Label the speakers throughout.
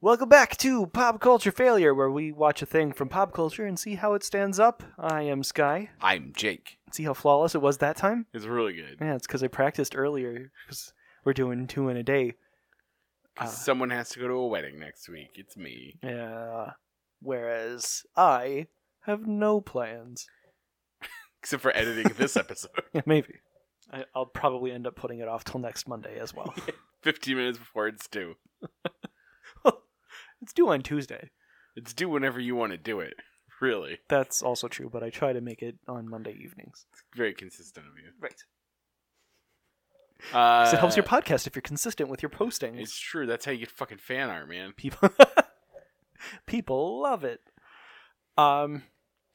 Speaker 1: Welcome back to Pop Culture Failure, where we watch a thing from pop culture and see how it stands up. I am Sky.
Speaker 2: I'm Jake.
Speaker 1: See how flawless it was that time?
Speaker 2: It's really good.
Speaker 1: Yeah, it's because I practiced earlier, because we're doing two in a day.
Speaker 2: 'Cause
Speaker 1: Uh.
Speaker 2: someone has to go to a wedding next week. It's me.
Speaker 1: Yeah. Whereas I have no plans.
Speaker 2: Except for editing this episode.
Speaker 1: Yeah, maybe. I, I'll probably end up putting it off till next Monday as well.
Speaker 2: 15 minutes before it's due.
Speaker 1: it's due on Tuesday.
Speaker 2: It's due whenever you want to do it. Really.
Speaker 1: That's also true, but I try to make it on Monday evenings.
Speaker 2: Very consistent of you.
Speaker 1: Right.
Speaker 2: Uh,
Speaker 1: Because it helps your podcast if you're consistent with your postings.
Speaker 2: It's true. That's how you get fucking fan art, man.
Speaker 1: people people love it um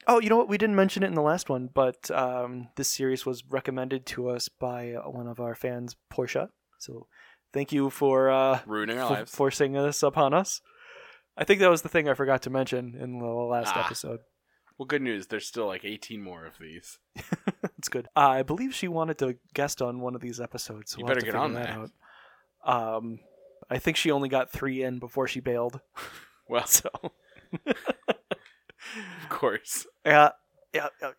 Speaker 1: oh you know what we didn't mention it in the last one but um this series was recommended to us by one of our fans portia so thank you for uh
Speaker 2: Ruining our
Speaker 1: for
Speaker 2: lives.
Speaker 1: forcing this upon us i think that was the thing i forgot to mention in the last
Speaker 2: Ah.
Speaker 1: episode
Speaker 2: well, good news. There's still like 18 more of these.
Speaker 1: it's good i believe she wanted to guest on one of these episodes so
Speaker 2: You
Speaker 1: we'll have
Speaker 2: better
Speaker 1: to
Speaker 2: get on
Speaker 1: figure out um i think she only got three in before she bailed
Speaker 2: Well,
Speaker 1: so
Speaker 2: of course.
Speaker 1: Yeah, yeah, yeah,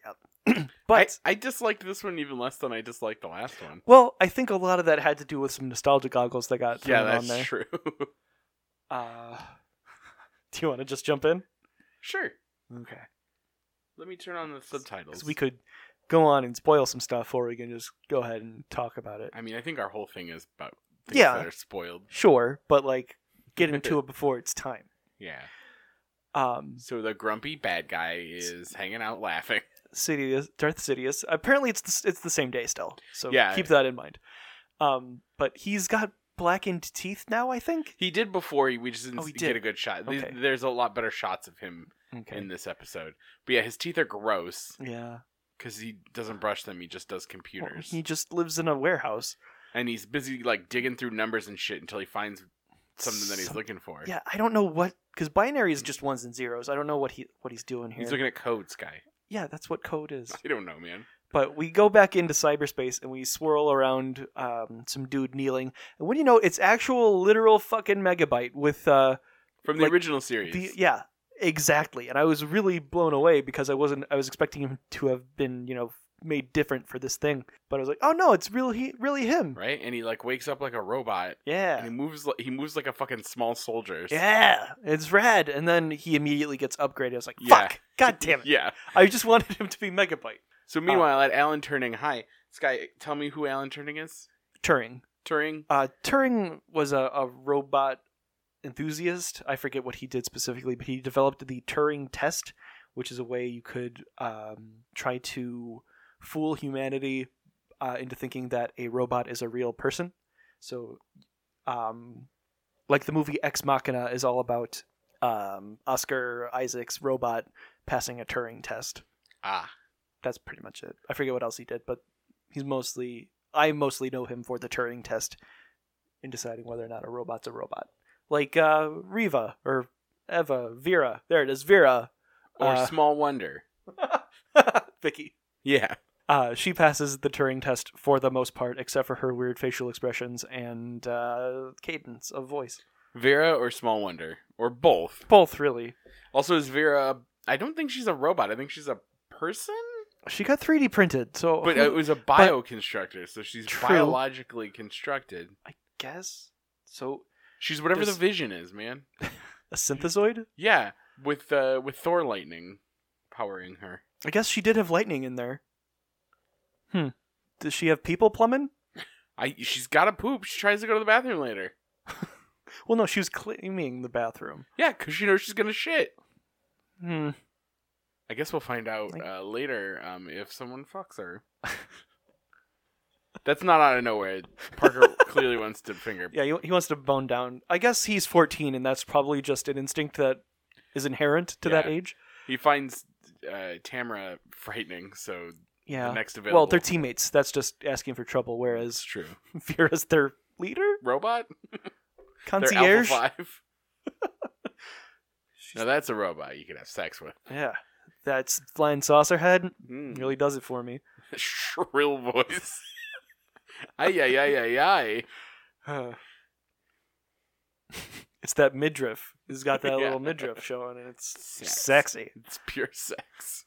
Speaker 1: yeah. but
Speaker 2: I, I disliked this one even less than I disliked the last one.
Speaker 1: well, I think a lot of that had to do with some nostalgia goggles that got
Speaker 2: Yeah,
Speaker 1: thrown Uh, on there.
Speaker 2: that's true.
Speaker 1: Uh, do you want to just jump in?
Speaker 2: sure.
Speaker 1: Okay,
Speaker 2: Let me turn on the subtitles.
Speaker 1: because we could go on and spoil some stuff, or we can just go ahead and talk about it.
Speaker 2: I mean, I think our whole thing is about things
Speaker 1: Yeah.
Speaker 2: that are spoiled.
Speaker 1: Sure, but like get into it before it's time.
Speaker 2: Yeah.
Speaker 1: Um,
Speaker 2: So the grumpy bad guy is hanging out laughing.
Speaker 1: Sidious, Darth Sidious. Apparently, it's the, s- it's the same day still, so
Speaker 2: Yeah.
Speaker 1: keep that in mind. Um, but he's got blackened teeth now. I think.
Speaker 2: He did before. We just didn't
Speaker 1: Oh, he
Speaker 2: get
Speaker 1: did.
Speaker 2: a good shot. Th-
Speaker 1: Okay.
Speaker 2: There's a lot better shots of him
Speaker 1: Okay.
Speaker 2: in this episode. But yeah, his teeth are gross
Speaker 1: yeah.
Speaker 2: because he doesn't brush them. He just does
Speaker 1: Well,
Speaker 2: computers,
Speaker 1: he just lives in a warehouse.
Speaker 2: and he's busy like digging through numbers and shit until he finds something that he's
Speaker 1: Some-
Speaker 2: looking for. Mm.
Speaker 1: Yeah, I don't know what because binary is just ones and zeros. I don't know what he what he's doing here.
Speaker 2: He's looking at codes, guy.
Speaker 1: yeah, that's what code is.
Speaker 2: I don't know, man.
Speaker 1: But we go back into cyberspace and we swirl around um, some dude kneeling. And what do you know? It's actual literal fucking megabyte with uh,
Speaker 2: From the
Speaker 1: Like,
Speaker 2: original series,
Speaker 1: the yeah exactly. And I was really blown away because I wasn't I was expecting him to have been you know made different for this thing. But I was like, oh no, it's really really him.
Speaker 2: right? And he like wakes up like a robot, and
Speaker 1: Yeah.
Speaker 2: he moves like he moves like a fucking small soldier.
Speaker 1: Yeah, it's rad. And then he immediately gets upgraded. I was like,
Speaker 2: Yeah.
Speaker 1: fuck, god damn it.
Speaker 2: yeah.
Speaker 1: I just wanted him to be Megabyte.
Speaker 2: So meanwhile, at Alan Turning, hi, Sky, tell me who Alan Turning is.
Speaker 1: Turing.
Speaker 2: Turing.
Speaker 1: Uh, Turing was a, a robot enthusiast. I forget what he did specifically, but he developed the Turing test, which is a way you could um, try to fool humanity uh, into thinking that a robot is a real person. So, um, like the movie Ex Machina is all about um, Oscar Isaac's robot passing a Turing test.
Speaker 2: Ah,
Speaker 1: that's pretty much it. I forget what else he did, but he's mostly I mostly know him for the Turing test in deciding whether or not a robot's a robot. Like uh Riva or Eva, Vera. There it is, Vera.
Speaker 2: or
Speaker 1: Uh,
Speaker 2: Small Wonder.
Speaker 1: Vicky.
Speaker 2: Yeah.
Speaker 1: Uh, she passes the Turing test for the most part, except for her weird facial expressions and uh, cadence of voice.
Speaker 2: Vera or Small Wonder or both.
Speaker 1: Both, really.
Speaker 2: Also, is Vera? I don't think she's a robot. I think she's a person,
Speaker 1: She got 3D printed, so
Speaker 2: but uh,
Speaker 1: who
Speaker 2: it was a bioconstructor, so she's
Speaker 1: True.
Speaker 2: biologically constructed.
Speaker 1: guess so.
Speaker 2: She's whatever
Speaker 1: Does-
Speaker 2: the Vision is, man.
Speaker 1: A synthesoid.
Speaker 2: Yeah, with uh, with Thor lightning powering her.
Speaker 1: I guess she did have lightning in there. Hmm. Does she have people plumbing?
Speaker 2: I she's got to poop. She tries to go to the bathroom later.
Speaker 1: Well, no, she was cleaning the bathroom.
Speaker 2: Yeah, because she knows she's gonna shit.
Speaker 1: Hmm.
Speaker 2: I guess we'll find out
Speaker 1: Like-
Speaker 2: uh, later um, if someone fucks her. That's not out of nowhere. Parker clearly wants to finger.
Speaker 1: Yeah, he, he wants to bone down. I guess he's 14, and that's probably just an instinct that is inherent to that
Speaker 2: Yeah.
Speaker 1: age.
Speaker 2: He finds uh, Tamara frightening, so the
Speaker 1: Yeah.
Speaker 2: next available.
Speaker 1: Well, they're teammates. That's just asking for trouble,
Speaker 2: It's
Speaker 1: whereas
Speaker 2: true.
Speaker 1: Vera's their leader?
Speaker 2: Robot. They're Alpha
Speaker 1: Concierge?
Speaker 2: Five.
Speaker 1: She's-
Speaker 2: Now that's a robot you could have sex with.
Speaker 1: yeah. That's Flying Saucer Head.
Speaker 2: Mm.
Speaker 1: Really does it for me.
Speaker 2: Shrill voice. ay ay ay ay ay.
Speaker 1: Uh. It's that midriff. It's got that
Speaker 2: Yeah.
Speaker 1: little midriff showing, and it's
Speaker 2: Sex.
Speaker 1: sexy.
Speaker 2: It's pure sex.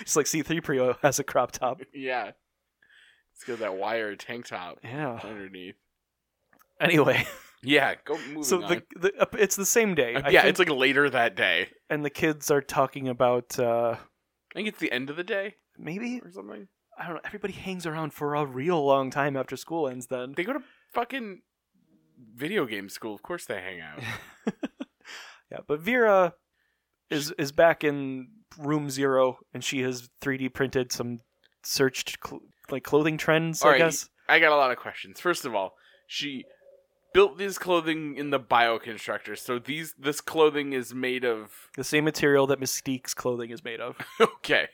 Speaker 1: It's like C3PO has a crop top.
Speaker 2: Yeah. It's got that wire tank top
Speaker 1: Yeah.
Speaker 2: underneath.
Speaker 1: Anyway,
Speaker 2: Yeah, go moving
Speaker 1: so
Speaker 2: on.
Speaker 1: the, the uh, it's the same day. I
Speaker 2: yeah,
Speaker 1: think,
Speaker 2: it's like later that day.
Speaker 1: and the kids are talking about uh,
Speaker 2: I think it's the end of the day
Speaker 1: maybe
Speaker 2: or something.
Speaker 1: I don't know. Everybody hangs around for a real long time after school ends. Then
Speaker 2: They go to fucking video game school. Of course they hang out.
Speaker 1: yeah, but Vera is is back in room zero, and she has 3D printed some searched cl- like clothing trends.
Speaker 2: All
Speaker 1: I
Speaker 2: right,
Speaker 1: guess
Speaker 2: I got a lot of questions. First of all, she built this clothing in the bioconstructor. So these this clothing is made of
Speaker 1: the same material that Mystique's clothing is made of.
Speaker 2: Okay.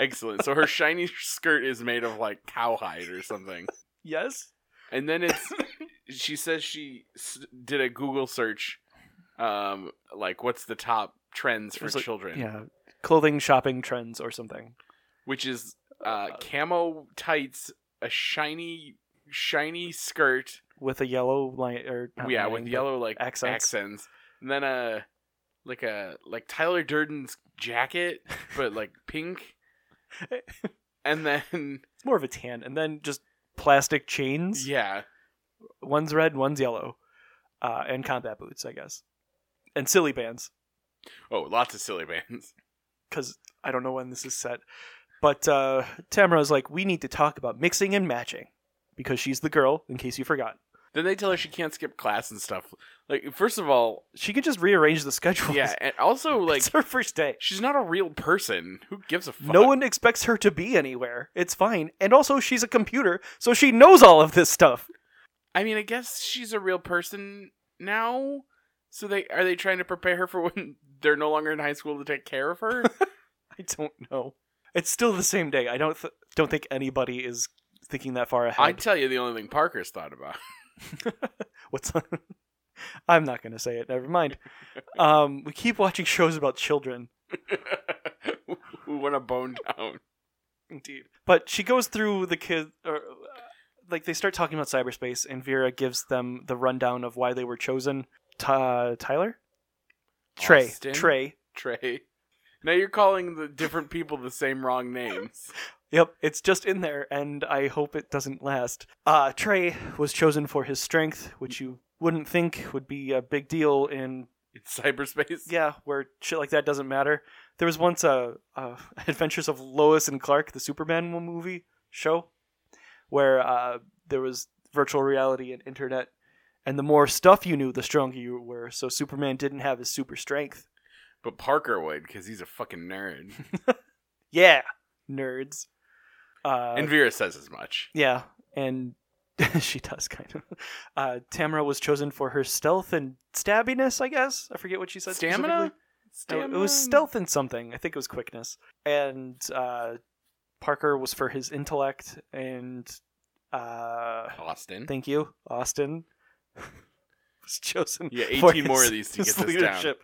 Speaker 2: Excellent. So her shiny skirt is made of like cowhide or something.
Speaker 1: yes.
Speaker 2: And then it's she says she s- did a Google search um like what's the top trends for
Speaker 1: It's like-
Speaker 2: children,
Speaker 1: Yeah, clothing shopping trends or something.
Speaker 2: which is
Speaker 1: Oh,
Speaker 2: uh camo tights, a shiny shiny skirt,
Speaker 1: With a yellow line or not
Speaker 2: yeah,
Speaker 1: line,
Speaker 2: with
Speaker 1: but-
Speaker 2: yellow like
Speaker 1: Oh, accents.
Speaker 2: accents. And then uh like a like Tyler Durden's jacket but like pink. And then
Speaker 1: It's more of a tan, and then just plastic chains.
Speaker 2: yeah,
Speaker 1: One's red, one's yellow, uh, and combat boots, I guess, and silly bands.
Speaker 2: Oh, lots of silly bands.
Speaker 1: because I don't know when this is set. But uh, Tamara's like, we need to talk about mixing and matching because she's the girl. In case you forgot,
Speaker 2: Then they tell her she can't skip class and stuff. Like, first of all,
Speaker 1: she could just rearrange the schedule.
Speaker 2: yeah, and also like
Speaker 1: it's her first day.
Speaker 2: she's not a real person. Who gives a fuck?
Speaker 1: No one expects her to be anywhere. It's fine. And also, she's a computer, so she knows all of this stuff.
Speaker 2: I mean, I guess she's a real person now. So they are they trying to prepare her for when they're no longer in high school to take care of her?
Speaker 1: I don't know. It's still the same day. I don't th- don't think anybody is thinking that far
Speaker 2: I
Speaker 1: ahead.
Speaker 2: tell you, the only thing Parker's thought about.
Speaker 1: What's on? I'm not going to say it. Never mind. Um, we keep watching shows about children.
Speaker 2: Who want to bone down?
Speaker 1: Indeed. But she goes through the kid, or uh, like they start talking about cyberspace, and Vera gives them the rundown of why they were chosen. Ty Tyler, Trey,
Speaker 2: Austin?
Speaker 1: Trey.
Speaker 2: Trey. Now you're calling the different people the same wrong names.
Speaker 1: Yep, it's just in there, and I hope it doesn't last. Uh, Trey was chosen for his strength, which you wouldn't think would be a big deal in
Speaker 2: It's cyberspace.
Speaker 1: yeah, where shit like that doesn't matter. There was once a, a Adventures of Lois and Clark, the Superman mo- movie show, where uh, there was virtual reality and internet, and the more stuff you knew, the stronger you were. So Superman didn't have his super strength.
Speaker 2: But Parker would, because he's a fucking nerd.
Speaker 1: Yeah, nerds. Uh,
Speaker 2: and Vera says as much.
Speaker 1: yeah, and she does kind of. Uh, Tamara was chosen for her stealth and stabbiness. I guess I forget what she said. specifically.
Speaker 2: Stamina?
Speaker 1: No, It was stealth and something. I think it was quickness. And uh, Parker was for his intellect. And uh,
Speaker 2: Austin.
Speaker 1: thank you, Austin. was chosen.
Speaker 2: Yeah,
Speaker 1: for
Speaker 2: 18 more
Speaker 1: his-
Speaker 2: of these to
Speaker 1: his
Speaker 2: get this down.
Speaker 1: leadership.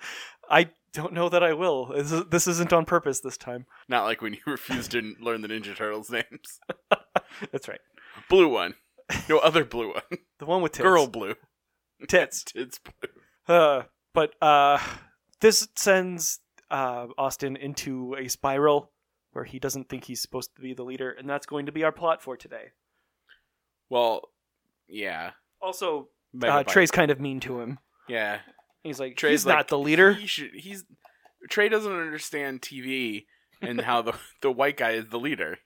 Speaker 1: I don't know that I will. This, is, this isn't on purpose this time.
Speaker 2: Not like when you refused to learn the Ninja Turtles names.
Speaker 1: That's right.
Speaker 2: Blue one. No other blue one.
Speaker 1: The one with tits.
Speaker 2: Girl blue.
Speaker 1: tits.
Speaker 2: It's blue.
Speaker 1: Uh, but uh, this sends uh, Austin into a spiral where he doesn't think he's supposed to be the leader, and that's going to be our plot for today.
Speaker 2: Well, yeah.
Speaker 1: Also, uh,
Speaker 2: Megabyte.
Speaker 1: Trey's kind of mean to him.
Speaker 2: Yeah.
Speaker 1: He's like,
Speaker 2: Trey's
Speaker 1: he's
Speaker 2: like,
Speaker 1: not the leader.
Speaker 2: He should, he's Trey doesn't understand TV and how the the white guy is the leader.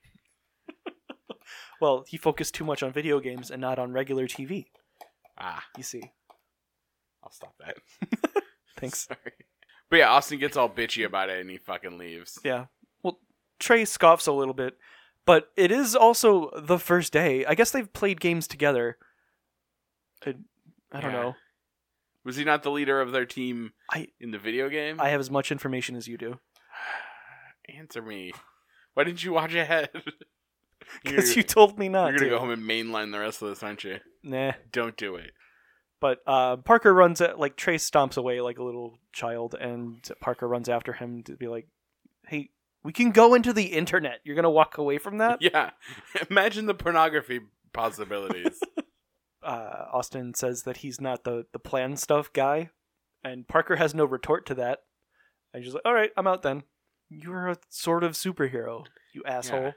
Speaker 1: Well, he focused too much on video games and not on regular TV.
Speaker 2: Ah,
Speaker 1: You see,
Speaker 2: I'll stop that.
Speaker 1: thanks.
Speaker 2: Sorry. But yeah, Austin gets all bitchy about it and he fucking leaves.
Speaker 1: yeah. Well, Trey scoffs a little bit, but it is also the first day. I guess they've played games together. I, I don't
Speaker 2: Yeah.
Speaker 1: know.
Speaker 2: Was he not the leader of their team
Speaker 1: I-
Speaker 2: in the video game?
Speaker 1: I have as much information as you do
Speaker 2: Answer me. Why didn't you watch ahead? you're,
Speaker 1: because you told me not
Speaker 2: you're gonna
Speaker 1: to.
Speaker 2: go home and mainline the rest of this, aren't you?
Speaker 1: Nah.
Speaker 2: Don't do it.
Speaker 1: But uh, Parker runs at like Trey stomps away like a little child, and Parker runs after him to be like, "Hey, we can go into the internet. You're gonna walk away from that."
Speaker 2: yeah. Imagine the pornography possibilities.
Speaker 1: uh, Austin says that he's not the the plan stuff guy, and Parker has no retort to that. And she's like, "All right, I'm out then. You're a sort of superhero, you asshole."
Speaker 2: Yeah.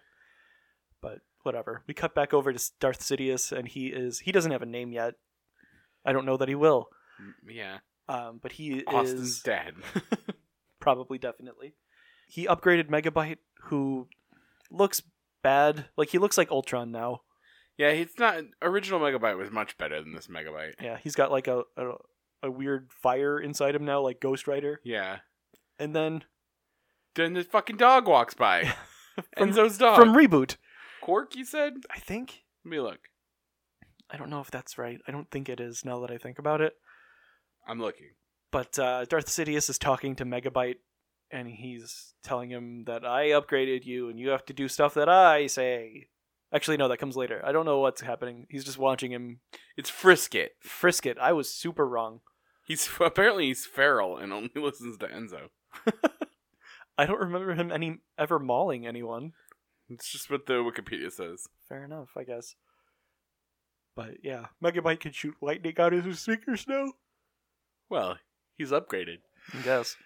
Speaker 1: But whatever. We cut back over to Darth Sidious, and he is he doesn't have a name yet. I don't know that he will.
Speaker 2: Yeah.
Speaker 1: Um, but he
Speaker 2: Austin's
Speaker 1: is
Speaker 2: dead.
Speaker 1: probably definitely. He upgraded Megabyte, who looks bad. Like he looks like Ultron now.
Speaker 2: yeah, it's not original Megabyte was much better than this Megabyte.
Speaker 1: Yeah, he's got like a a, a weird fire inside him now, like Ghost Rider.
Speaker 2: Yeah.
Speaker 1: And then
Speaker 2: Then this fucking dog walks by.
Speaker 1: From-
Speaker 2: Enzo's dog.
Speaker 1: from reboot,
Speaker 2: Cork, you said?
Speaker 1: I think
Speaker 2: Let me look.
Speaker 1: I don't know if that's right. I don't think it is now that I think about it.
Speaker 2: I'm looking.
Speaker 1: But uh, Darth Sidious is talking to Megabyte, and he's telling him that I upgraded you, and you have to do stuff that I say. Actually, no, that comes later. I don't know what's happening. He's just watching him
Speaker 2: It's Frisket.
Speaker 1: frisk it. I was super wrong.
Speaker 2: He's apparently he's feral and only listens to Enzo.
Speaker 1: I don't remember him any ever mauling anyone.
Speaker 2: It's just what the Wikipedia says.
Speaker 1: Fair enough, I guess. But yeah, Megabyte can shoot lightning out of his fingers now.
Speaker 2: Well, he's upgraded.
Speaker 1: I guess.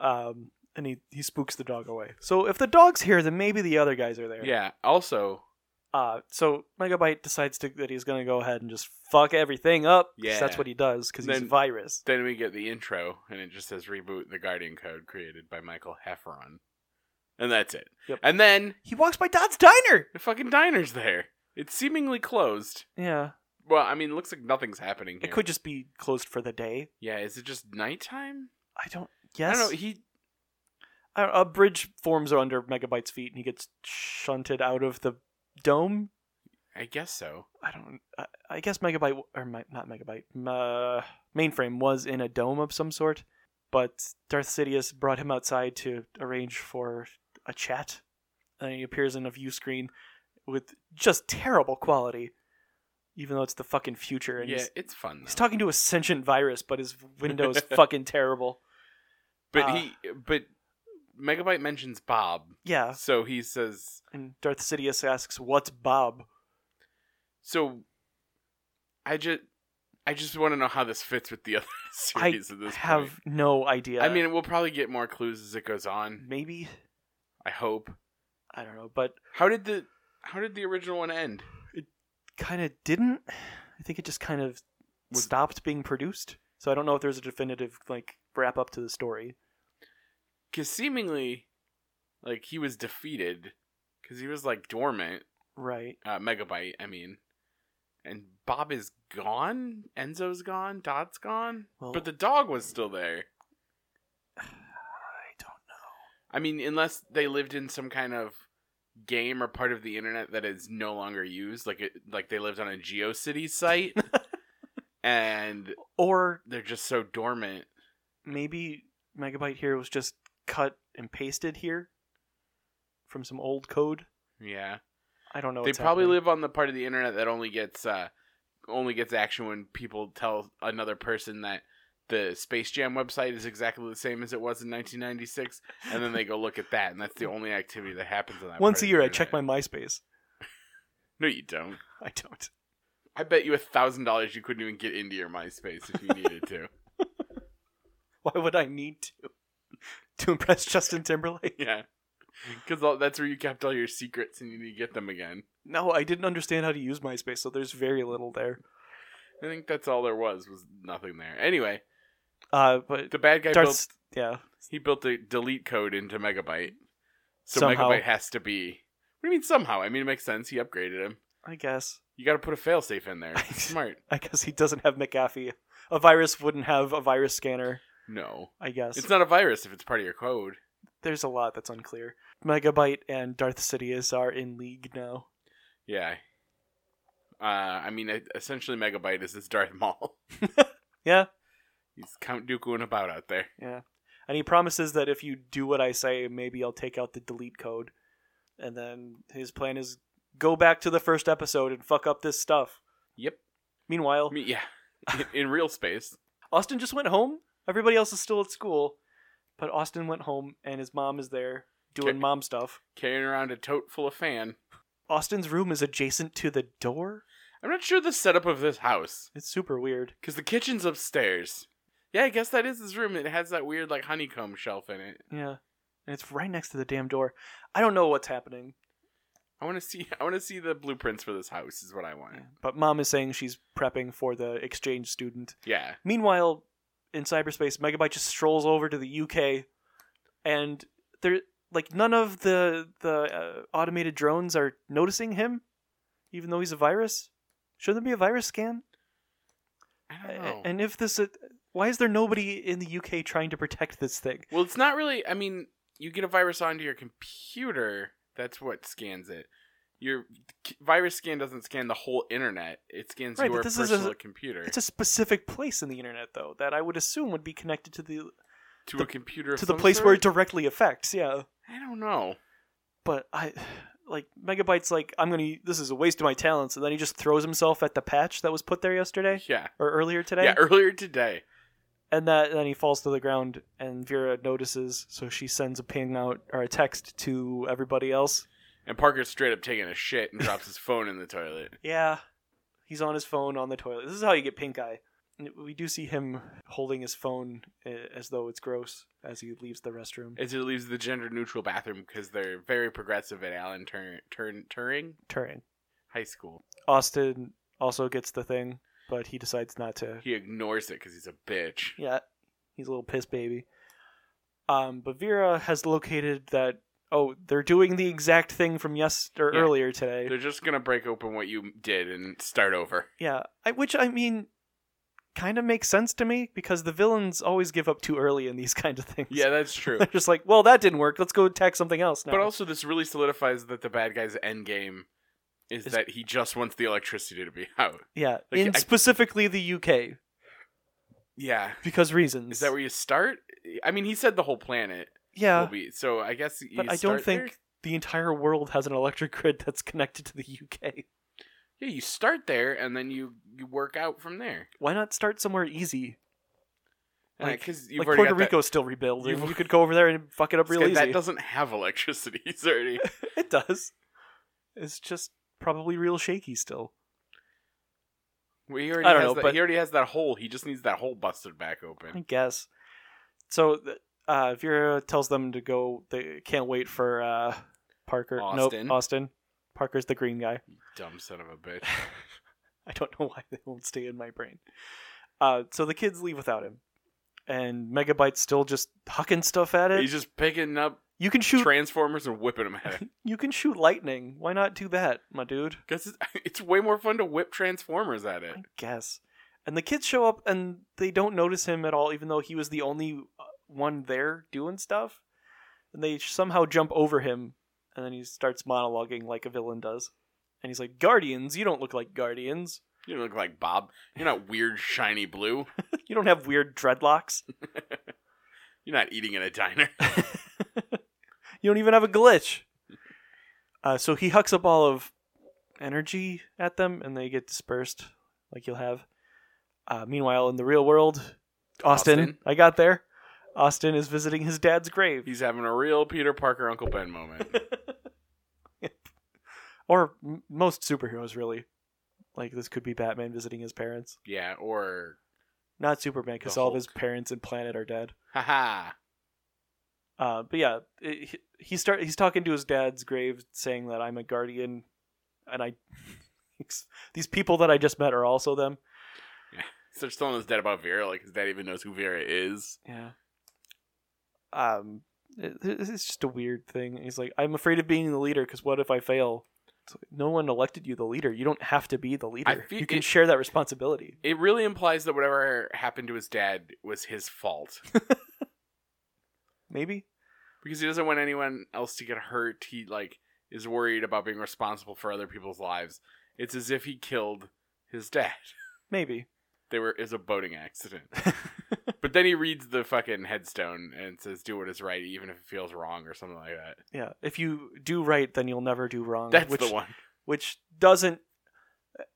Speaker 1: Um, and he, he spooks the dog away. So if the dog's here, then maybe the other guys are there.
Speaker 2: Yeah. Also,
Speaker 1: Uh, so Megabyte decides to, that he's gonna go ahead and just fuck everything up. 'cause
Speaker 2: Yeah.
Speaker 1: That's what he does because he's a
Speaker 2: Then-
Speaker 1: virus.
Speaker 2: then we get the intro, and it just says reboot the Guardian Code created by Michael Heffron, and that's it.
Speaker 1: Yep.
Speaker 2: And then
Speaker 1: He walks by Dot's diner.
Speaker 2: the fucking diner's there. It's seemingly closed.
Speaker 1: Yeah.
Speaker 2: Well, I mean, it looks like nothing's happening here.
Speaker 1: It could just be closed for the day.
Speaker 2: Yeah. Is it just nighttime?
Speaker 1: I don't. Yes.
Speaker 2: I don't know. He.
Speaker 1: I don't- a bridge forms under Megabyte's feet, and he gets shunted out of the dome.
Speaker 2: I guess so.
Speaker 1: I don't. I, I guess Megabyte or my, not Megabyte. Uh, mainframe was in a dome of some sort, but Darth Sidious brought him outside to arrange for a chat, and he appears in a view screen with just terrible quality, even though it's the fucking future. And
Speaker 2: Yeah,
Speaker 1: he's,
Speaker 2: it's fun. Though.
Speaker 1: he's talking to a sentient virus, but his window's fucking terrible.
Speaker 2: but
Speaker 1: uh,
Speaker 2: he. But Megabyte mentions Bob,
Speaker 1: Yeah,
Speaker 2: so he says
Speaker 1: and Darth Sidious asks, "What's Bob?"
Speaker 2: So, I just, I just want to know how this fits with the other series at
Speaker 1: I
Speaker 2: this
Speaker 1: have
Speaker 2: point.
Speaker 1: no idea.
Speaker 2: I mean, we'll probably get more clues as it goes on.
Speaker 1: maybe
Speaker 2: I hope.
Speaker 1: I don't know, but
Speaker 2: How did the, how did the original one end?
Speaker 1: kind of didn't. I think it just kind of
Speaker 2: Was-
Speaker 1: stopped being produced. So I don't know if there's a definitive like wrap up to the story.
Speaker 2: Because seemingly, like he was defeated, because he was like dormant.
Speaker 1: Right.
Speaker 2: Uh, Megabyte, I mean, and Bob is gone. Enzo's gone. Dot's gone.
Speaker 1: Well-
Speaker 2: but the dog was still there.
Speaker 1: I don't
Speaker 2: I mean, unless they lived in some kind of game or part of the internet that is no longer used, like it, like they lived on a GeoCity site, and
Speaker 1: know. Or
Speaker 2: they're just so dormant.
Speaker 1: maybe Megabyte here was just cut and pasted here from some old code.
Speaker 2: Yeah,
Speaker 1: I don't know.
Speaker 2: they
Speaker 1: what's
Speaker 2: probably
Speaker 1: happening.
Speaker 2: live on the part of the internet that only gets uh, only gets action when people tell another person that the Space Jam website is exactly the same as it was in 1996, and then they go look at that, and that's the only activity that happens on that. part of
Speaker 1: once a
Speaker 2: the
Speaker 1: year. I check my
Speaker 2: internet.
Speaker 1: MySpace.
Speaker 2: No, you don't.
Speaker 1: I don't.
Speaker 2: I bet you a thousand dollars you couldn't even get into your MySpace if you needed to.
Speaker 1: Why would I need to? To impress Justin Timberlake?
Speaker 2: Yeah. Because that's where you kept all your secrets and you need to get them again.
Speaker 1: No, I didn't understand how to use MySpace, so there's very little there.
Speaker 2: I think that's all there was, was nothing there. Anyway,
Speaker 1: Uh, but
Speaker 2: the bad guy built,
Speaker 1: Darth, yeah,
Speaker 2: he built a delete code into Megabyte. So
Speaker 1: Somehow.
Speaker 2: Megabyte has to be. What do you mean somehow? I mean, it makes sense. He upgraded him.
Speaker 1: I guess.
Speaker 2: You got to put a failsafe in there. Smart.
Speaker 1: I guess he doesn't have McAfee. A virus wouldn't have a virus scanner,
Speaker 2: No.
Speaker 1: I guess.
Speaker 2: It's not a virus if it's part of your code.
Speaker 1: There's a lot that's unclear. Megabyte and Darth Sidious are in league now.
Speaker 2: Yeah. Uh, I mean, e- essentially, Megabyte is this Darth Maul.
Speaker 1: Yeah.
Speaker 2: He's Count Dooku and about out there.
Speaker 1: And he promises that if you do what I say, maybe I'll take out the delete code. And then his plan is go back to the first episode and fuck up this stuff.
Speaker 2: Yep.
Speaker 1: Meanwhile,
Speaker 2: I mean, yeah. In, in real space.
Speaker 1: Austin just went home. Everybody else is still at school, but Austin went home and his mom is there doing
Speaker 2: Okay.
Speaker 1: mom stuff.
Speaker 2: carrying around a tote full of fan.
Speaker 1: Austin's room is adjacent to the door.
Speaker 2: I'm not sure the setup of this house
Speaker 1: It's super weird.
Speaker 2: because the kitchen's upstairs. Yeah, I guess that is this room. It has that weird like honeycomb shelf in it.
Speaker 1: Yeah. And it's right next to the damn door. I don't know what's happening.
Speaker 2: I want to see. I want to see the blueprints for this house. Is what I want.
Speaker 1: But mom is saying she's prepping for the exchange student.
Speaker 2: Yeah.
Speaker 1: Meanwhile, in cyberspace, Megabyte just strolls over to the UK, and there, like, none of the the uh, automated drones are noticing him, even though he's a virus. Shouldn't there be a virus scan?
Speaker 2: I
Speaker 1: A-
Speaker 2: don't know.
Speaker 1: And if this, uh, why is there nobody in the UK trying to protect this thing?
Speaker 2: well, it's not really. I mean, you get a virus onto your computer. That's what scans it. Your k- virus scan doesn't scan the whole internet. It scans
Speaker 1: Right, but
Speaker 2: your
Speaker 1: this is a-
Speaker 2: personal computer
Speaker 1: It's a specific place in the internet, though, that I would assume would be connected to the
Speaker 2: to
Speaker 1: the-
Speaker 2: a computer of
Speaker 1: to the
Speaker 2: some
Speaker 1: place where it
Speaker 2: sort?
Speaker 1: directly affects. Yeah.
Speaker 2: I don't know.
Speaker 1: but I like Megabyte's like I'm gonna this is a waste of my talents, and then he just throws himself at the patch that was put there yesterday
Speaker 2: Yeah.
Speaker 1: or earlier today,
Speaker 2: Yeah. Earlier today.
Speaker 1: and that then he falls to the ground, and Vera notices, so she sends a ping out or a text to everybody else.
Speaker 2: And Parker's straight up taking a shit and drops his phone in the toilet.
Speaker 1: Yeah, he's on his phone on the toilet. This is how you get pink eye. And We do see him holding his phone eh, as though it's gross as he leaves the restroom.
Speaker 2: As it leaves the gender neutral bathroom because they're very progressive at Alan Tur- Tur- Turing
Speaker 1: Turing.
Speaker 2: High School.
Speaker 1: Austin also gets the thing, but he decides not to
Speaker 2: He ignores it because he's a bitch.
Speaker 1: Yeah, he's a little piss baby. Um, but Vera has located that. Oh, they're doing the exact thing from yes or
Speaker 2: Yeah.
Speaker 1: earlier today.
Speaker 2: They're just gonna break open what you did and start over.
Speaker 1: yeah, I, which I mean, kind of makes sense to me because the villains always give up too early in these kind of things.
Speaker 2: Yeah, that's true.
Speaker 1: they're just like, well, that didn't work. Let's go attack something else now.
Speaker 2: But also, this really solidifies that the bad guy's end game is
Speaker 1: Is-
Speaker 2: that he just wants the electricity to be out.
Speaker 1: yeah,
Speaker 2: Like,
Speaker 1: in
Speaker 2: I-
Speaker 1: specifically the UK
Speaker 2: Yeah.
Speaker 1: because reasons.
Speaker 2: Is that where you start? I mean, he said the whole planet
Speaker 1: yeah,
Speaker 2: will be. So I guess. You
Speaker 1: but I don't
Speaker 2: start
Speaker 1: think
Speaker 2: there?
Speaker 1: the entire world has an electric grid that's connected to the UK.
Speaker 2: Yeah, you start there and then you you work out from there.
Speaker 1: Why not start somewhere easy? Like-
Speaker 2: Because you've
Speaker 1: like
Speaker 2: already
Speaker 1: Puerto
Speaker 2: got that-
Speaker 1: Rico's still rebuilding.
Speaker 2: You've-
Speaker 1: You could go over there and fuck it up
Speaker 2: This
Speaker 1: real
Speaker 2: guy-
Speaker 1: easy.
Speaker 2: That doesn't have electricity. He's already.
Speaker 1: it does. It's just probably real shaky still.
Speaker 2: well, He already,
Speaker 1: I don't
Speaker 2: has
Speaker 1: know,
Speaker 2: that,
Speaker 1: but-
Speaker 2: he already has that hole. He just needs that hole busted back
Speaker 1: I
Speaker 2: open.
Speaker 1: guess. So th- uh, Vera tells them to go. They can't wait for uh, Parker.
Speaker 2: Austin.
Speaker 1: Nope, Austin. Parker's the green guy.
Speaker 2: Dumb son of a bitch.
Speaker 1: I don't know why they won't stay in my brain. Uh, so the kids leave without him, and Megabyte's still just hucking stuff at it.
Speaker 2: He's just picking up
Speaker 1: you can shoot.
Speaker 2: transformers and whipping them at it.
Speaker 1: you can shoot lightning. Why not do that, my dude?
Speaker 2: Because it's, it's way more fun to whip transformers at it.
Speaker 1: I guess. And the kids show up and they don't notice him at all, even though he was the only uh, one there doing stuff. And they somehow jump over him, and then he starts monologuing like a villain does. And he's like, "Guardians, you don't look like guardians.
Speaker 2: You don't look like Bob. You're not weird, shiny blue.
Speaker 1: You don't have weird dreadlocks.
Speaker 2: You're not eating in a diner.
Speaker 1: You don't even have a glitch." Uh, so he hucks a ball of energy at them, and they get dispersed, like you'll have. Uh, meanwhile, in the real world, Austin,
Speaker 2: Austin.
Speaker 1: I got there. Austin is visiting his dad's grave.
Speaker 2: He's having a real Peter Parker Uncle Ben moment.
Speaker 1: or m- most superheroes really like this could be batman visiting his parents
Speaker 2: yeah, or
Speaker 1: not superman because
Speaker 2: The
Speaker 1: all of his
Speaker 2: Hulk.
Speaker 1: parents and planet are dead
Speaker 2: haha.
Speaker 1: uh, but yeah it, he, he start he's talking to his dad's grave saying that i'm a guardian and i these people that i just met are also them
Speaker 2: Starts telling his dad about Vera, like his dad even knows who Vera is.
Speaker 1: yeah um it, it's just a weird thing he's like i'm afraid of being the leader because what if i fail It's like, no one elected you the leader you don't have to be the leader
Speaker 2: feel-
Speaker 1: you can
Speaker 2: it-
Speaker 1: share that responsibility
Speaker 2: It really implies that whatever happened to his dad was his fault.
Speaker 1: maybe
Speaker 2: because he doesn't want anyone else to get hurt. He like is worried about being responsible for other people's lives. It's as if he killed his dad.
Speaker 1: maybe
Speaker 2: They were is a boating accident. but then he reads the fucking headstone and says, "Do what is right, even if it feels wrong," or something like that.
Speaker 1: Yeah, if you do right, then you'll never do wrong.
Speaker 2: That's
Speaker 1: Um, which,
Speaker 2: the one.
Speaker 1: Which doesn't.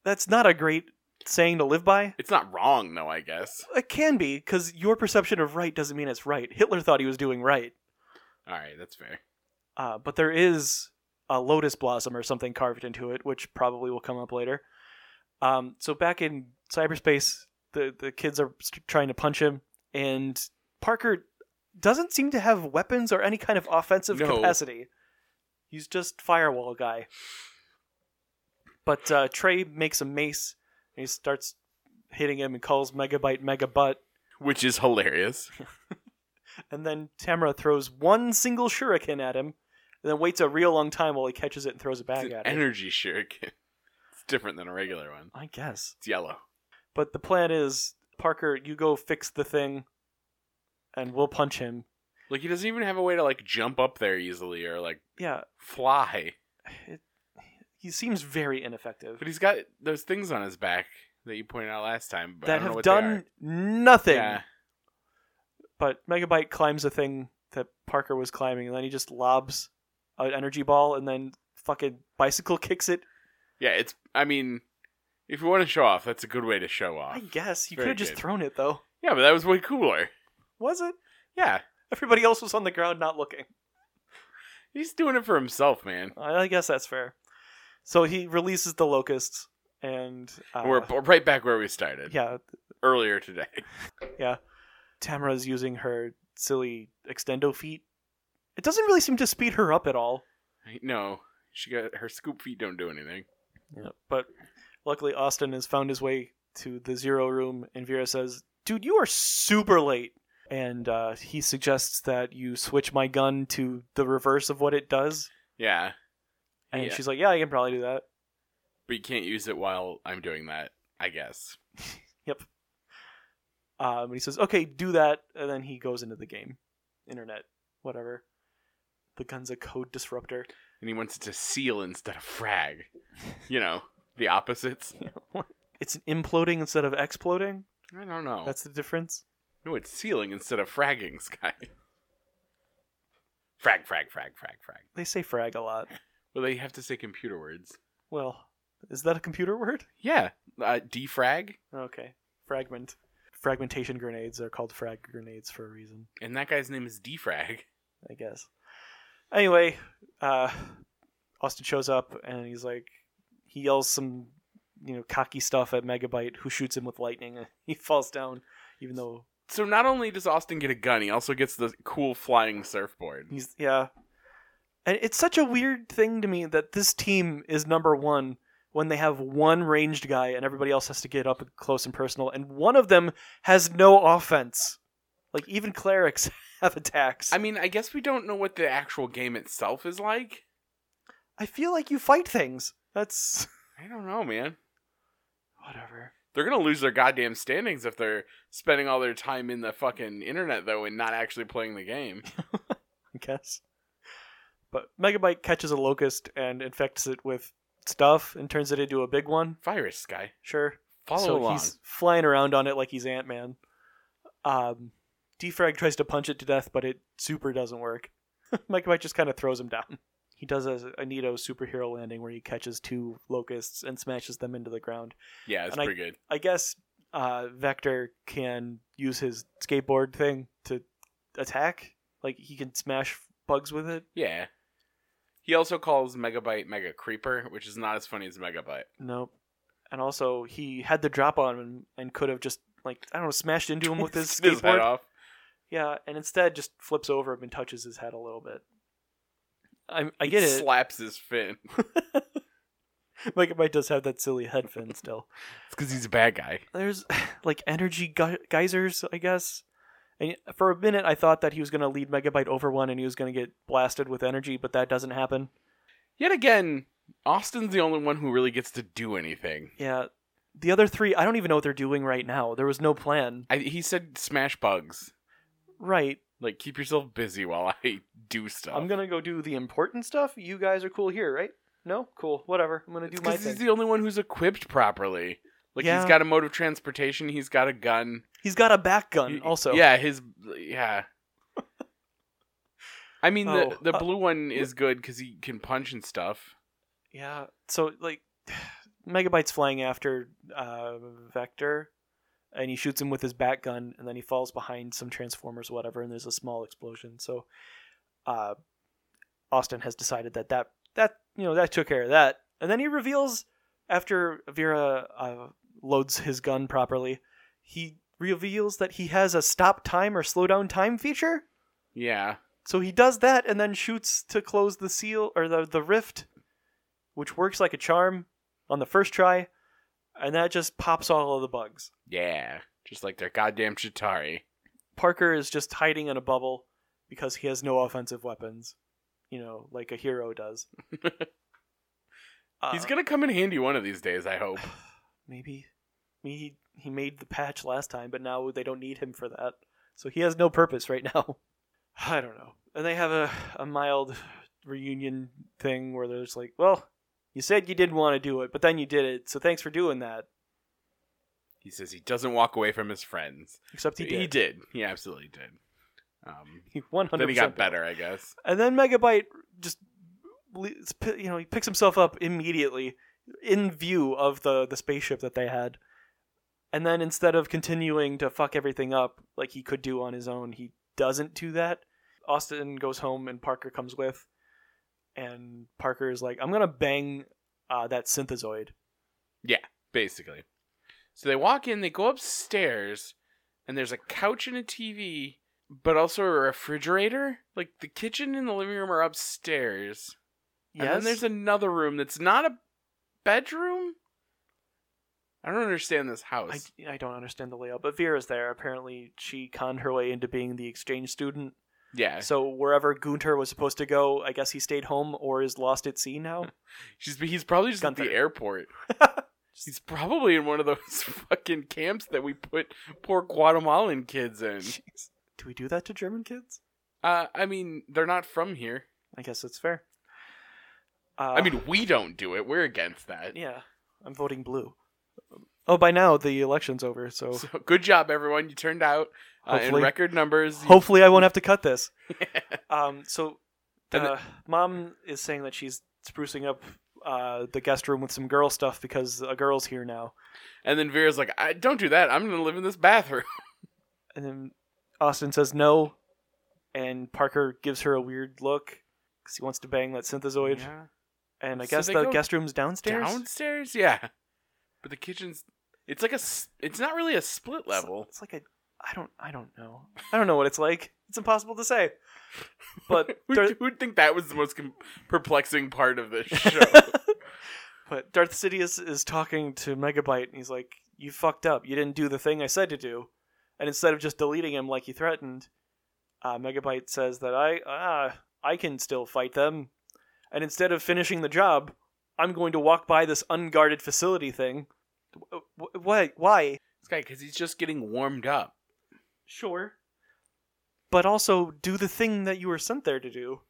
Speaker 1: That's not a great saying to live by.
Speaker 2: It's not wrong though, I guess.
Speaker 1: It can be because your perception of right doesn't mean it's right. Hitler thought he was doing right,
Speaker 2: All right, that's fair.
Speaker 1: uh, but there is a lotus blossom or something carved into it, which probably will come up later. Um, so back in cyberspace, the the kids are st- trying to punch him, and Parker doesn't seem to have weapons or any kind of offensive
Speaker 2: No.
Speaker 1: capacity. He's just firewall guy. But uh, Trey makes a mace and he starts hitting him and calls Megabyte Megabutt.
Speaker 2: which is hilarious.
Speaker 1: And then Tamara throws one single shuriken at him, and then waits a real long time while he catches it and throws it back
Speaker 2: It's an
Speaker 1: at him.
Speaker 2: energy shuriken. It's different than a regular one.
Speaker 1: I guess.
Speaker 2: It's yellow.
Speaker 1: But the plan is, Parker, you go fix the thing, and we'll punch him.
Speaker 2: Like he doesn't even have a way to like jump up there easily or like
Speaker 1: Yeah,
Speaker 2: fly.
Speaker 1: it, he seems very ineffective.
Speaker 2: But he's got those things on his back that you pointed out last time. But I
Speaker 1: That
Speaker 2: don't know
Speaker 1: have
Speaker 2: what they
Speaker 1: done
Speaker 2: are.
Speaker 1: nothing.
Speaker 2: Yeah.
Speaker 1: But Megabyte climbs a thing that Parker was climbing, and then he just lobs an energy ball, and then fucking bicycle kicks it.
Speaker 2: Yeah, it's I mean if you want to show off, that's a good way to show off.
Speaker 1: I guess you
Speaker 2: Very
Speaker 1: could have just
Speaker 2: good.
Speaker 1: thrown it though.
Speaker 2: Yeah, but that was way cooler.
Speaker 1: Was it?
Speaker 2: Yeah.
Speaker 1: Everybody else was on the ground, not looking.
Speaker 2: He's doing it for himself, man.
Speaker 1: I I guess that's fair. So he releases the locusts, and uh,
Speaker 2: We're b- right back where we started
Speaker 1: yeah,
Speaker 2: earlier today.
Speaker 1: Tamara's using her silly extendo feet. It doesn't really seem to speed her up at all.
Speaker 2: No, she got her scoop feet don't do anything.
Speaker 1: But luckily, Austin has found his way to the zero room, and Vera says, "Dude, you are super late." And uh, he suggests that you switch my gun to the reverse of what it does.
Speaker 2: Yeah,
Speaker 1: And
Speaker 2: Yeah.
Speaker 1: she's like, "Yeah, I can probably do that."
Speaker 2: but you can't use it while I'm doing that. I guess.
Speaker 1: Um, and he says, "Okay, do that," and then he goes into the game, internet, whatever. The gun's a code disruptor.
Speaker 2: And he wants it to seal instead of frag. You know, the opposites.
Speaker 1: It's an imploding instead of exploding.
Speaker 2: I don't know.
Speaker 1: That's the difference.
Speaker 2: No, it's sealing instead of fragging, Sky. Frag, frag, frag, frag, frag.
Speaker 1: They say frag a lot.
Speaker 2: Well, they have to say computer words.
Speaker 1: Well, is that a computer word?
Speaker 2: Yeah, uh, defrag,
Speaker 1: Okay, fragment. Fragmentation grenades are called frag grenades for a reason,
Speaker 2: and that guy's name is defrag.
Speaker 1: I guess. Anyway, uh, Austin shows up and he's like, he yells some, you know, cocky stuff at Megabyte, who shoots him with lightning. and He falls down, even though
Speaker 2: So not only does Austin get a gun, he also gets the cool flying surfboard.
Speaker 1: He's yeah. And it's such a weird thing to me that this team is number one when they have one ranged guy and everybody else has to get up close and personal, and one of them has no offense. Like even clerics have attacks.
Speaker 2: I
Speaker 1: i
Speaker 2: mean, I guess we don't know what the actual game itself is like.
Speaker 1: feel like you fight things. That's
Speaker 2: I don't know, man.
Speaker 1: whatever.
Speaker 2: They're gonna lose their goddamn standings if they're spending all their time in the fucking internet though and not actually playing the game.
Speaker 1: I guess. But Megabyte catches a locust and infects it with stuff and turns it into a big one.
Speaker 2: Virus, Sky.
Speaker 1: Sure.
Speaker 2: Follow
Speaker 1: so
Speaker 2: along.
Speaker 1: he's flying around on it like he's Ant Man. Um, Defrag tries to punch it to death, but it super doesn't work. Mike Mike just kind of throws him down. He does a, a Nito superhero landing where he catches two locusts and smashes them into the ground.
Speaker 2: Yeah, it's
Speaker 1: and I-
Speaker 2: pretty good.
Speaker 1: I guess uh, Vector can use his skateboard thing to attack. Like he can smash bugs with it.
Speaker 2: Yeah. He also calls Megabyte Mega Creeper, which is not as funny as Megabyte.
Speaker 1: Nope. And also, he had the drop on him and could have just like I don't know, smashed into him with his
Speaker 2: Snip his head
Speaker 1: skateboard.
Speaker 2: off.
Speaker 1: Yeah, and instead just flips over him and touches his head a little bit. I, I get it.
Speaker 2: Slaps his fin. It's
Speaker 1: Mike Mike does have that silly head fin still.
Speaker 2: because he's a bad guy.
Speaker 1: There's like energy gey- geysers, I guess. And for a minute, I thought that he was going to lead Megabyte over one and he was going to get blasted with energy, but that doesn't happen.
Speaker 2: Yet again, Austin's the only one who really gets to do anything.
Speaker 1: Yeah. The other three, I don't even know what they're doing right now. There was no plan.
Speaker 2: I, he said smash bugs.
Speaker 1: Right.
Speaker 2: Like, keep yourself busy while I do stuff.
Speaker 1: I'm going to go do the important stuff. You guys are cool here, right? No? Cool. Whatever. I'm going to do my
Speaker 2: Because he's
Speaker 1: thing.
Speaker 2: the only one who's equipped properly. Like,
Speaker 1: Yeah.
Speaker 2: he's got a mode of transportation, he's got a gun.
Speaker 1: He's got a back gun
Speaker 2: Y-
Speaker 1: also.
Speaker 2: Yeah, his yeah. I mean
Speaker 1: Oh,
Speaker 2: the the
Speaker 1: uh,
Speaker 2: blue one is good because he can punch and stuff.
Speaker 1: Yeah. So like, Megabyte's flying after uh, Vector, and he shoots him with his bat gun, and then he falls behind some transformers, whatever, and there's a small explosion. So, uh, Austin has decided that that that you know that took care of that, and then he reveals After Vera uh, loads his gun properly, he reveals that he has a stop time or slow down time feature.
Speaker 2: Yeah.
Speaker 1: So he does that and then shoots to close the seal or the, the rift, which works like a charm on the first try, and that just pops all of the bugs.
Speaker 2: Yeah. Just like their goddamn Chitari.
Speaker 1: Parker is just hiding in a bubble because he has no offensive weapons, you know, like a hero does. Uh,
Speaker 2: He's gonna come in handy one of these days, I hope.
Speaker 1: maybe, maybe he, he made the patch last time, but now they don't need him for that, so he has no purpose right now. I don't know. And they have a a mild reunion thing where they're just like, well, you said you didn't want to do it, but then you did it, so thanks for doing that.
Speaker 2: He says he doesn't walk away from his friends.
Speaker 1: Except he
Speaker 2: He
Speaker 1: did.
Speaker 2: did. He absolutely did. Um,
Speaker 1: He 100%
Speaker 2: then he got better, I guess.
Speaker 1: And then Megabyte just, le- you know, he picks himself up immediately in view of the the spaceship that they had. And then instead of continuing to fuck everything up like he could do on his own, he doesn't do that. Austin goes home and Parker comes with, and Parker is like, "I'm gonna bang uh, that synthezoid."
Speaker 2: basically. So they walk in, they go upstairs, and there's a couch and a TV, but also a refrigerator. Like the kitchen and the living room are upstairs. And then there's another room that's not a bedroom. I don't understand this
Speaker 1: I,
Speaker 2: house.
Speaker 1: I don't understand the layout, but Vera's there. Apparently, she conned her way into being the exchange student.
Speaker 2: yeah.
Speaker 1: So wherever Gunter was supposed to go, I guess he stayed home or is lost at sea now.
Speaker 2: She's he's probably just at
Speaker 1: Gunther.
Speaker 2: the airport. he's probably in one of those fucking camps that we put poor Guatemalan kids in.
Speaker 1: Jeez. Do we do that to German kids?
Speaker 2: Uh, I mean, they're not from here.
Speaker 1: I guess that's fair. Uh,
Speaker 2: I mean, we don't do it. We're against that.
Speaker 1: yeah, I'm voting blue. Oh, by now the election's over, so,
Speaker 2: So good job, everyone. You turned out uh, in
Speaker 1: Hopefully.
Speaker 2: record numbers. You-
Speaker 1: hopefully I won't have to cut this. Um, so the
Speaker 2: And
Speaker 1: mom is saying that she's sprucing up uh, the guest room with some girl stuff because a girl's here now.
Speaker 2: and then Vera's like, I, "Don't do that. I'm gonna live in this bathroom."
Speaker 1: And then Austin says no, and Parker gives her a weird look because he wants to bang that synthezoid. And I
Speaker 2: So
Speaker 1: guess
Speaker 2: they
Speaker 1: the
Speaker 2: go
Speaker 1: guest room's downstairs.
Speaker 2: Downstairs, yeah. But the kitchen's it's like a s- it's not really a split
Speaker 1: It's-
Speaker 2: level.
Speaker 1: It's, like a I don't I don't know. I don't know what it's like. It's impossible to say. But
Speaker 2: Who,
Speaker 1: Darth,
Speaker 2: who'd think that was the most com- perplexing part of this show?
Speaker 1: but Darth Sidious is talking to Megabyte and he's like, "You fucked up. You didn't do the thing I said to do." And instead of just deleting him like you threatened, uh, Megabyte says that I uh, I can still fight them. And instead of finishing the job, I'm going to walk by this unguarded facility thing. Wh- wh- What? Why?
Speaker 2: this guy, because he's just getting warmed up.
Speaker 1: Sure. But also do the thing that you were sent there to do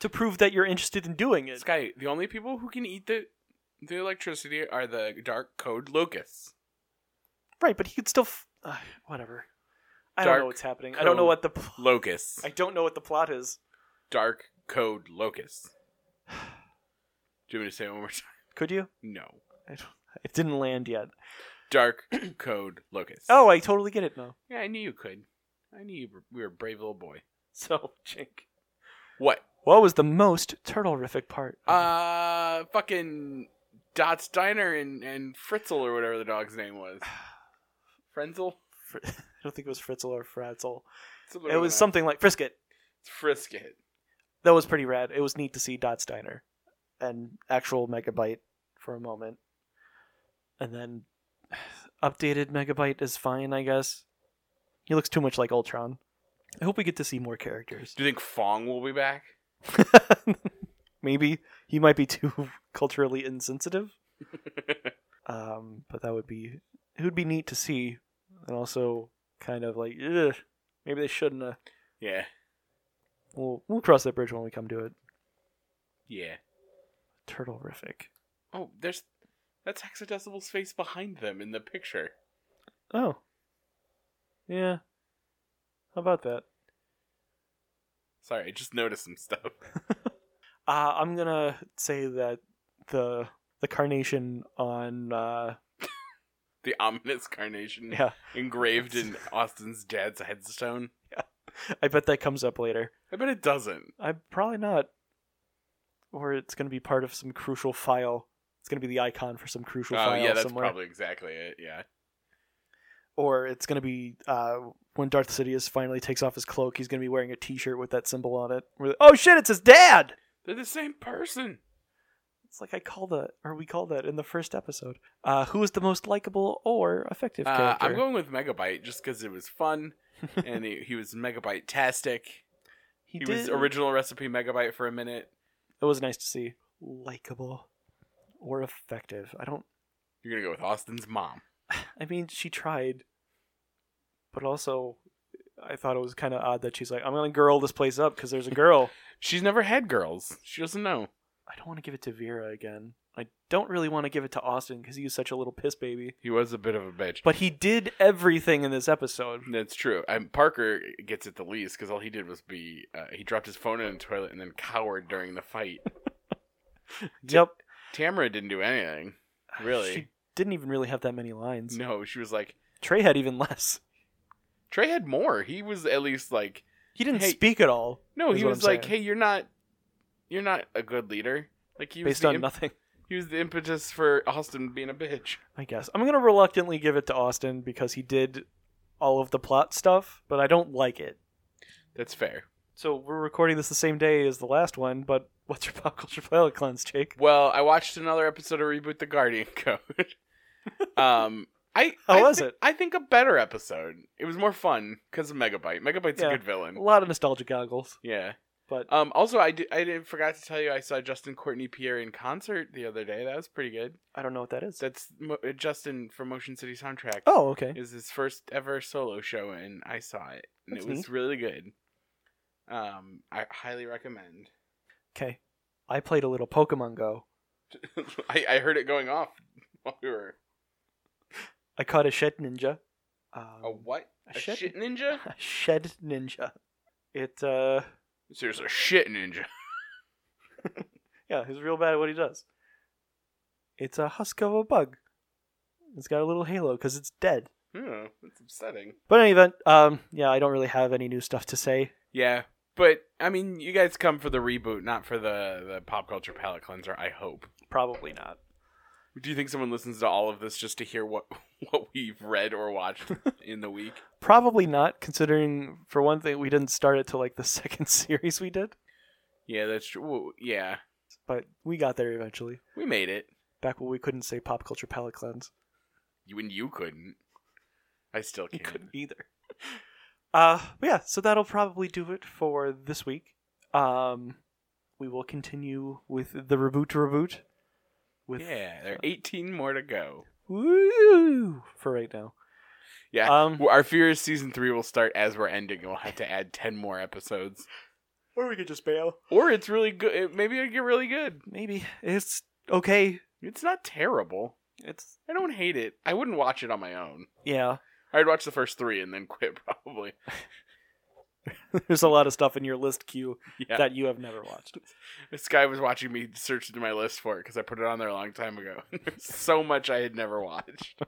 Speaker 1: to prove that you're interested in doing
Speaker 2: This
Speaker 1: it.
Speaker 2: guy, the only people who can eat the the electricity are the dark code locusts.
Speaker 1: Right, but he could still f- uh, whatever. I don't know
Speaker 2: Dark
Speaker 1: what's happening. I don't know
Speaker 2: code.
Speaker 1: what the pl-
Speaker 2: Locusts,
Speaker 1: I don't know what the plot is.
Speaker 2: dark code locusts. Do you want me to say it one more time?
Speaker 1: Could you?
Speaker 2: No.
Speaker 1: I don't, it didn't land yet.
Speaker 2: Dark Code Locust.
Speaker 1: Oh, I totally get it now.
Speaker 2: yeah, I knew you could. I knew you were, we were a brave little boy.
Speaker 1: So, Jink.
Speaker 2: What?
Speaker 1: What was the most turtle-rific part?
Speaker 2: Uh, fucking Dot's Diner and, and Fritzel or whatever the dog's name was. Frenzel?
Speaker 1: Fr- I don't think it was Fritzel or Fratzel.
Speaker 2: Something
Speaker 1: It
Speaker 2: like
Speaker 1: was
Speaker 2: that.
Speaker 1: something like Frisket.
Speaker 2: Frisket.
Speaker 1: that was pretty rad. It was neat to see Dot Steiner and actual Megabyte for a moment. And then updated Megabyte is fine, I guess. He looks too much like Ultron. I hope we get to see more characters.
Speaker 2: Do you think Fong will be back?
Speaker 1: Maybe he might be too culturally insensitive. um, but that would be it would be neat to see and also kind of like ugh, maybe they shouldn't have.
Speaker 2: Yeah.
Speaker 1: We'll we'll cross that bridge when we come to it.
Speaker 2: Yeah.
Speaker 1: Turtle rific.
Speaker 2: Oh, there's. That's Hexadecibel's face behind them in the picture.
Speaker 1: Oh. Yeah. How about that?
Speaker 2: Sorry, I just noticed some stuff.
Speaker 1: Uh, I'm gonna say that the the carnation on uh,
Speaker 2: The ominous carnation
Speaker 1: yeah,
Speaker 2: engraved in Austin's dad's headstone.
Speaker 1: I bet that comes up later.
Speaker 2: I bet it doesn't.
Speaker 1: I probably not, or it's gonna be part of some crucial file It's going to be the icon for some crucial
Speaker 2: Oh
Speaker 1: file
Speaker 2: yeah, that's
Speaker 1: somewhere.
Speaker 2: probably exactly it. Yeah.
Speaker 1: or it's going to be uh, when Darth Sidious finally takes off his cloak, he's going to be wearing a T-shirt with that symbol on it. We're like, oh shit, it's his dad.
Speaker 2: They're the same person.
Speaker 1: It's like I called that, or we called that in the first episode. Uh, who is the most likable or effective
Speaker 2: Uh,
Speaker 1: character?
Speaker 2: I'm going with Megabyte just because it was fun, and he, he was Megabyte tastic.
Speaker 1: he
Speaker 2: He
Speaker 1: did.
Speaker 2: was original recipe Megabyte for a minute.
Speaker 1: It was nice to see likable or effective. I don't.
Speaker 2: You're gonna go with Austin's mom.
Speaker 1: I mean, she tried, but also, I thought it was kind of odd that she's like, "I'm going to girl this place up because there's a girl."
Speaker 2: She's never had girls. She doesn't know.
Speaker 1: I don't want to give it to Vera again. I don't really want to give it to Austin because he was such a little piss baby.
Speaker 2: He was a bit of a bitch.
Speaker 1: But he did everything in this episode.
Speaker 2: That's true. And Parker gets it the least because all he did was be uh, he dropped his phone in the toilet and then cowered during the fight.
Speaker 1: Yep.
Speaker 2: Tamara didn't do anything. Really?
Speaker 1: She didn't even really have that many lines.
Speaker 2: No, she was like
Speaker 1: Trey had even less.
Speaker 2: Trey had more. He was at least like
Speaker 1: He didn't
Speaker 2: Hey.
Speaker 1: speak at all
Speaker 2: no,
Speaker 1: Is
Speaker 2: he
Speaker 1: what
Speaker 2: was
Speaker 1: I'm
Speaker 2: like,
Speaker 1: saying.
Speaker 2: hey, you're not, you're not a good leader. Like he was
Speaker 1: based
Speaker 2: the
Speaker 1: on
Speaker 2: imp-
Speaker 1: nothing.
Speaker 2: he was the impetus for Austin being a bitch.
Speaker 1: I guess. I'm going to reluctantly give it to Austin because he did all of the plot stuff, but I don't like it.
Speaker 2: That's fair.
Speaker 1: So we're recording this the same day as the last one, but what's your pop culture palate cleanse, Jake?
Speaker 2: Well, I watched another episode of Reboot the Guardian Code. um, I
Speaker 1: How
Speaker 2: I
Speaker 1: was
Speaker 2: thi-
Speaker 1: it?
Speaker 2: I think a better episode. It was more fun because of Megabyte. Megabyte's
Speaker 1: Yeah.
Speaker 2: a good villain.
Speaker 1: A lot of nostalgia goggles,
Speaker 2: Yeah.
Speaker 1: but
Speaker 2: Um. Also, I did. I didn't forgot to tell you. I saw Justin Courtney Pierre in concert the other day. That was pretty good.
Speaker 1: I don't know what that is.
Speaker 2: That's Mo- uh, Justin from Motion City Soundtrack.
Speaker 1: oh, okay.
Speaker 2: Is his first ever solo show, and I saw it, and
Speaker 1: That's
Speaker 2: it was
Speaker 1: neat.
Speaker 2: really good. Um, I highly recommend.
Speaker 1: Okay. I played a little Pokemon Go.
Speaker 2: I, I heard it going off while we were
Speaker 1: I caught a shed ninja. Um,
Speaker 2: a what
Speaker 1: A
Speaker 2: a
Speaker 1: shit-
Speaker 2: shit, ninja.
Speaker 1: a shed ninja. It uh
Speaker 2: There's a shit ninja.
Speaker 1: yeah, he's real bad at what he does. It's a husk of a bug. It's got a little halo because it's dead.
Speaker 2: Hmm, that's upsetting.
Speaker 1: But in any event, um, yeah, I don't really have any new stuff to say.
Speaker 2: Yeah, but I mean, you guys come for the reboot, not for the the pop culture palate cleanser. I hope.
Speaker 1: Probably not.
Speaker 2: Do you think someone listens to all of this just to hear what what we've read or watched in the week?
Speaker 1: Probably not, considering for one thing we didn't start it till like the second series we did,
Speaker 2: Yeah, that's true. Well, yeah,
Speaker 1: but we got there eventually.
Speaker 2: we made it.
Speaker 1: Back when we couldn't say pop culture palate cleanse.
Speaker 2: You and you couldn't. I still
Speaker 1: You
Speaker 2: can't.
Speaker 1: couldn't either. Uh, but yeah, so that'll probably do it for this week. Um, we will continue with the reboot reboot. With
Speaker 2: Yeah, there are 18 more to go.
Speaker 1: woo for right now.
Speaker 2: Yeah.
Speaker 1: Um,
Speaker 2: Well, Our Fear is season three will start as we're ending. and We'll have to add 10 more episodes.
Speaker 1: or we could just bail.
Speaker 2: Or it's really good. It, maybe it'll get really good.
Speaker 1: Maybe it's okay.
Speaker 2: It's not terrible.
Speaker 1: It's
Speaker 2: I don't hate it. I wouldn't watch it on my own.
Speaker 1: yeah.
Speaker 2: I'd watch the first three and then quit, probably.
Speaker 1: There's a lot of stuff in your list queue
Speaker 2: Yeah.
Speaker 1: that you have never watched.
Speaker 2: This guy was watching me search through my list for it because I put it on there a long time ago. There's so much I had never watched.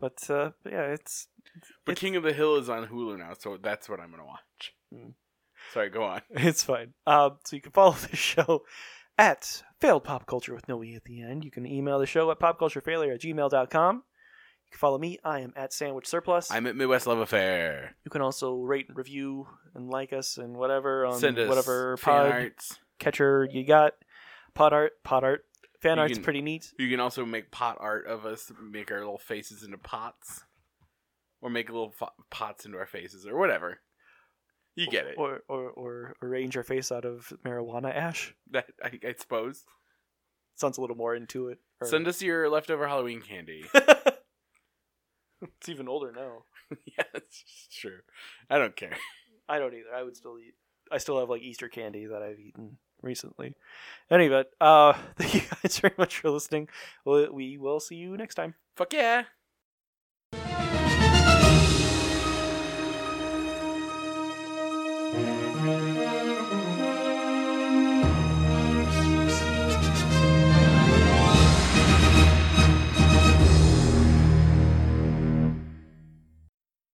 Speaker 1: But uh, yeah, it's
Speaker 2: But
Speaker 1: It's-
Speaker 2: King of the Hill is on Hulu now, so that's what I'm going to watch.
Speaker 1: Hmm.
Speaker 2: Sorry, go on.
Speaker 1: It's fine. Um, so you can follow the show at failed pop culture with no e at the end. You can email the show at popculturefailure at gmail.com. You can follow me. I am at sandwich surplus.
Speaker 2: I'm at Midwest Love Affair.
Speaker 1: you can also rate and review and like us and whatever on
Speaker 2: Send us
Speaker 1: whatever
Speaker 2: fan
Speaker 1: pod
Speaker 2: arts.
Speaker 1: catcher you got. Pod art, pod art. Fan
Speaker 2: You
Speaker 1: art's
Speaker 2: can-
Speaker 1: pretty neat.
Speaker 2: You can also make pot art of us, make our little faces into pots, or make little fo- pots into our faces, or whatever. You get it.
Speaker 1: Or, or, or arrange your face out of marijuana ash.
Speaker 2: That I, I suppose.
Speaker 1: Sounds a little more into it. Or-
Speaker 2: Send us your leftover Halloween candy.
Speaker 1: it's even older now.
Speaker 2: yeah, that's true. I don't care.
Speaker 1: I don't either. I would still eat. I still have like Easter candy that I've eaten recently. Anyway, uh, thank you guys very much for listening. We we will see you next time.
Speaker 2: Fuck yeah.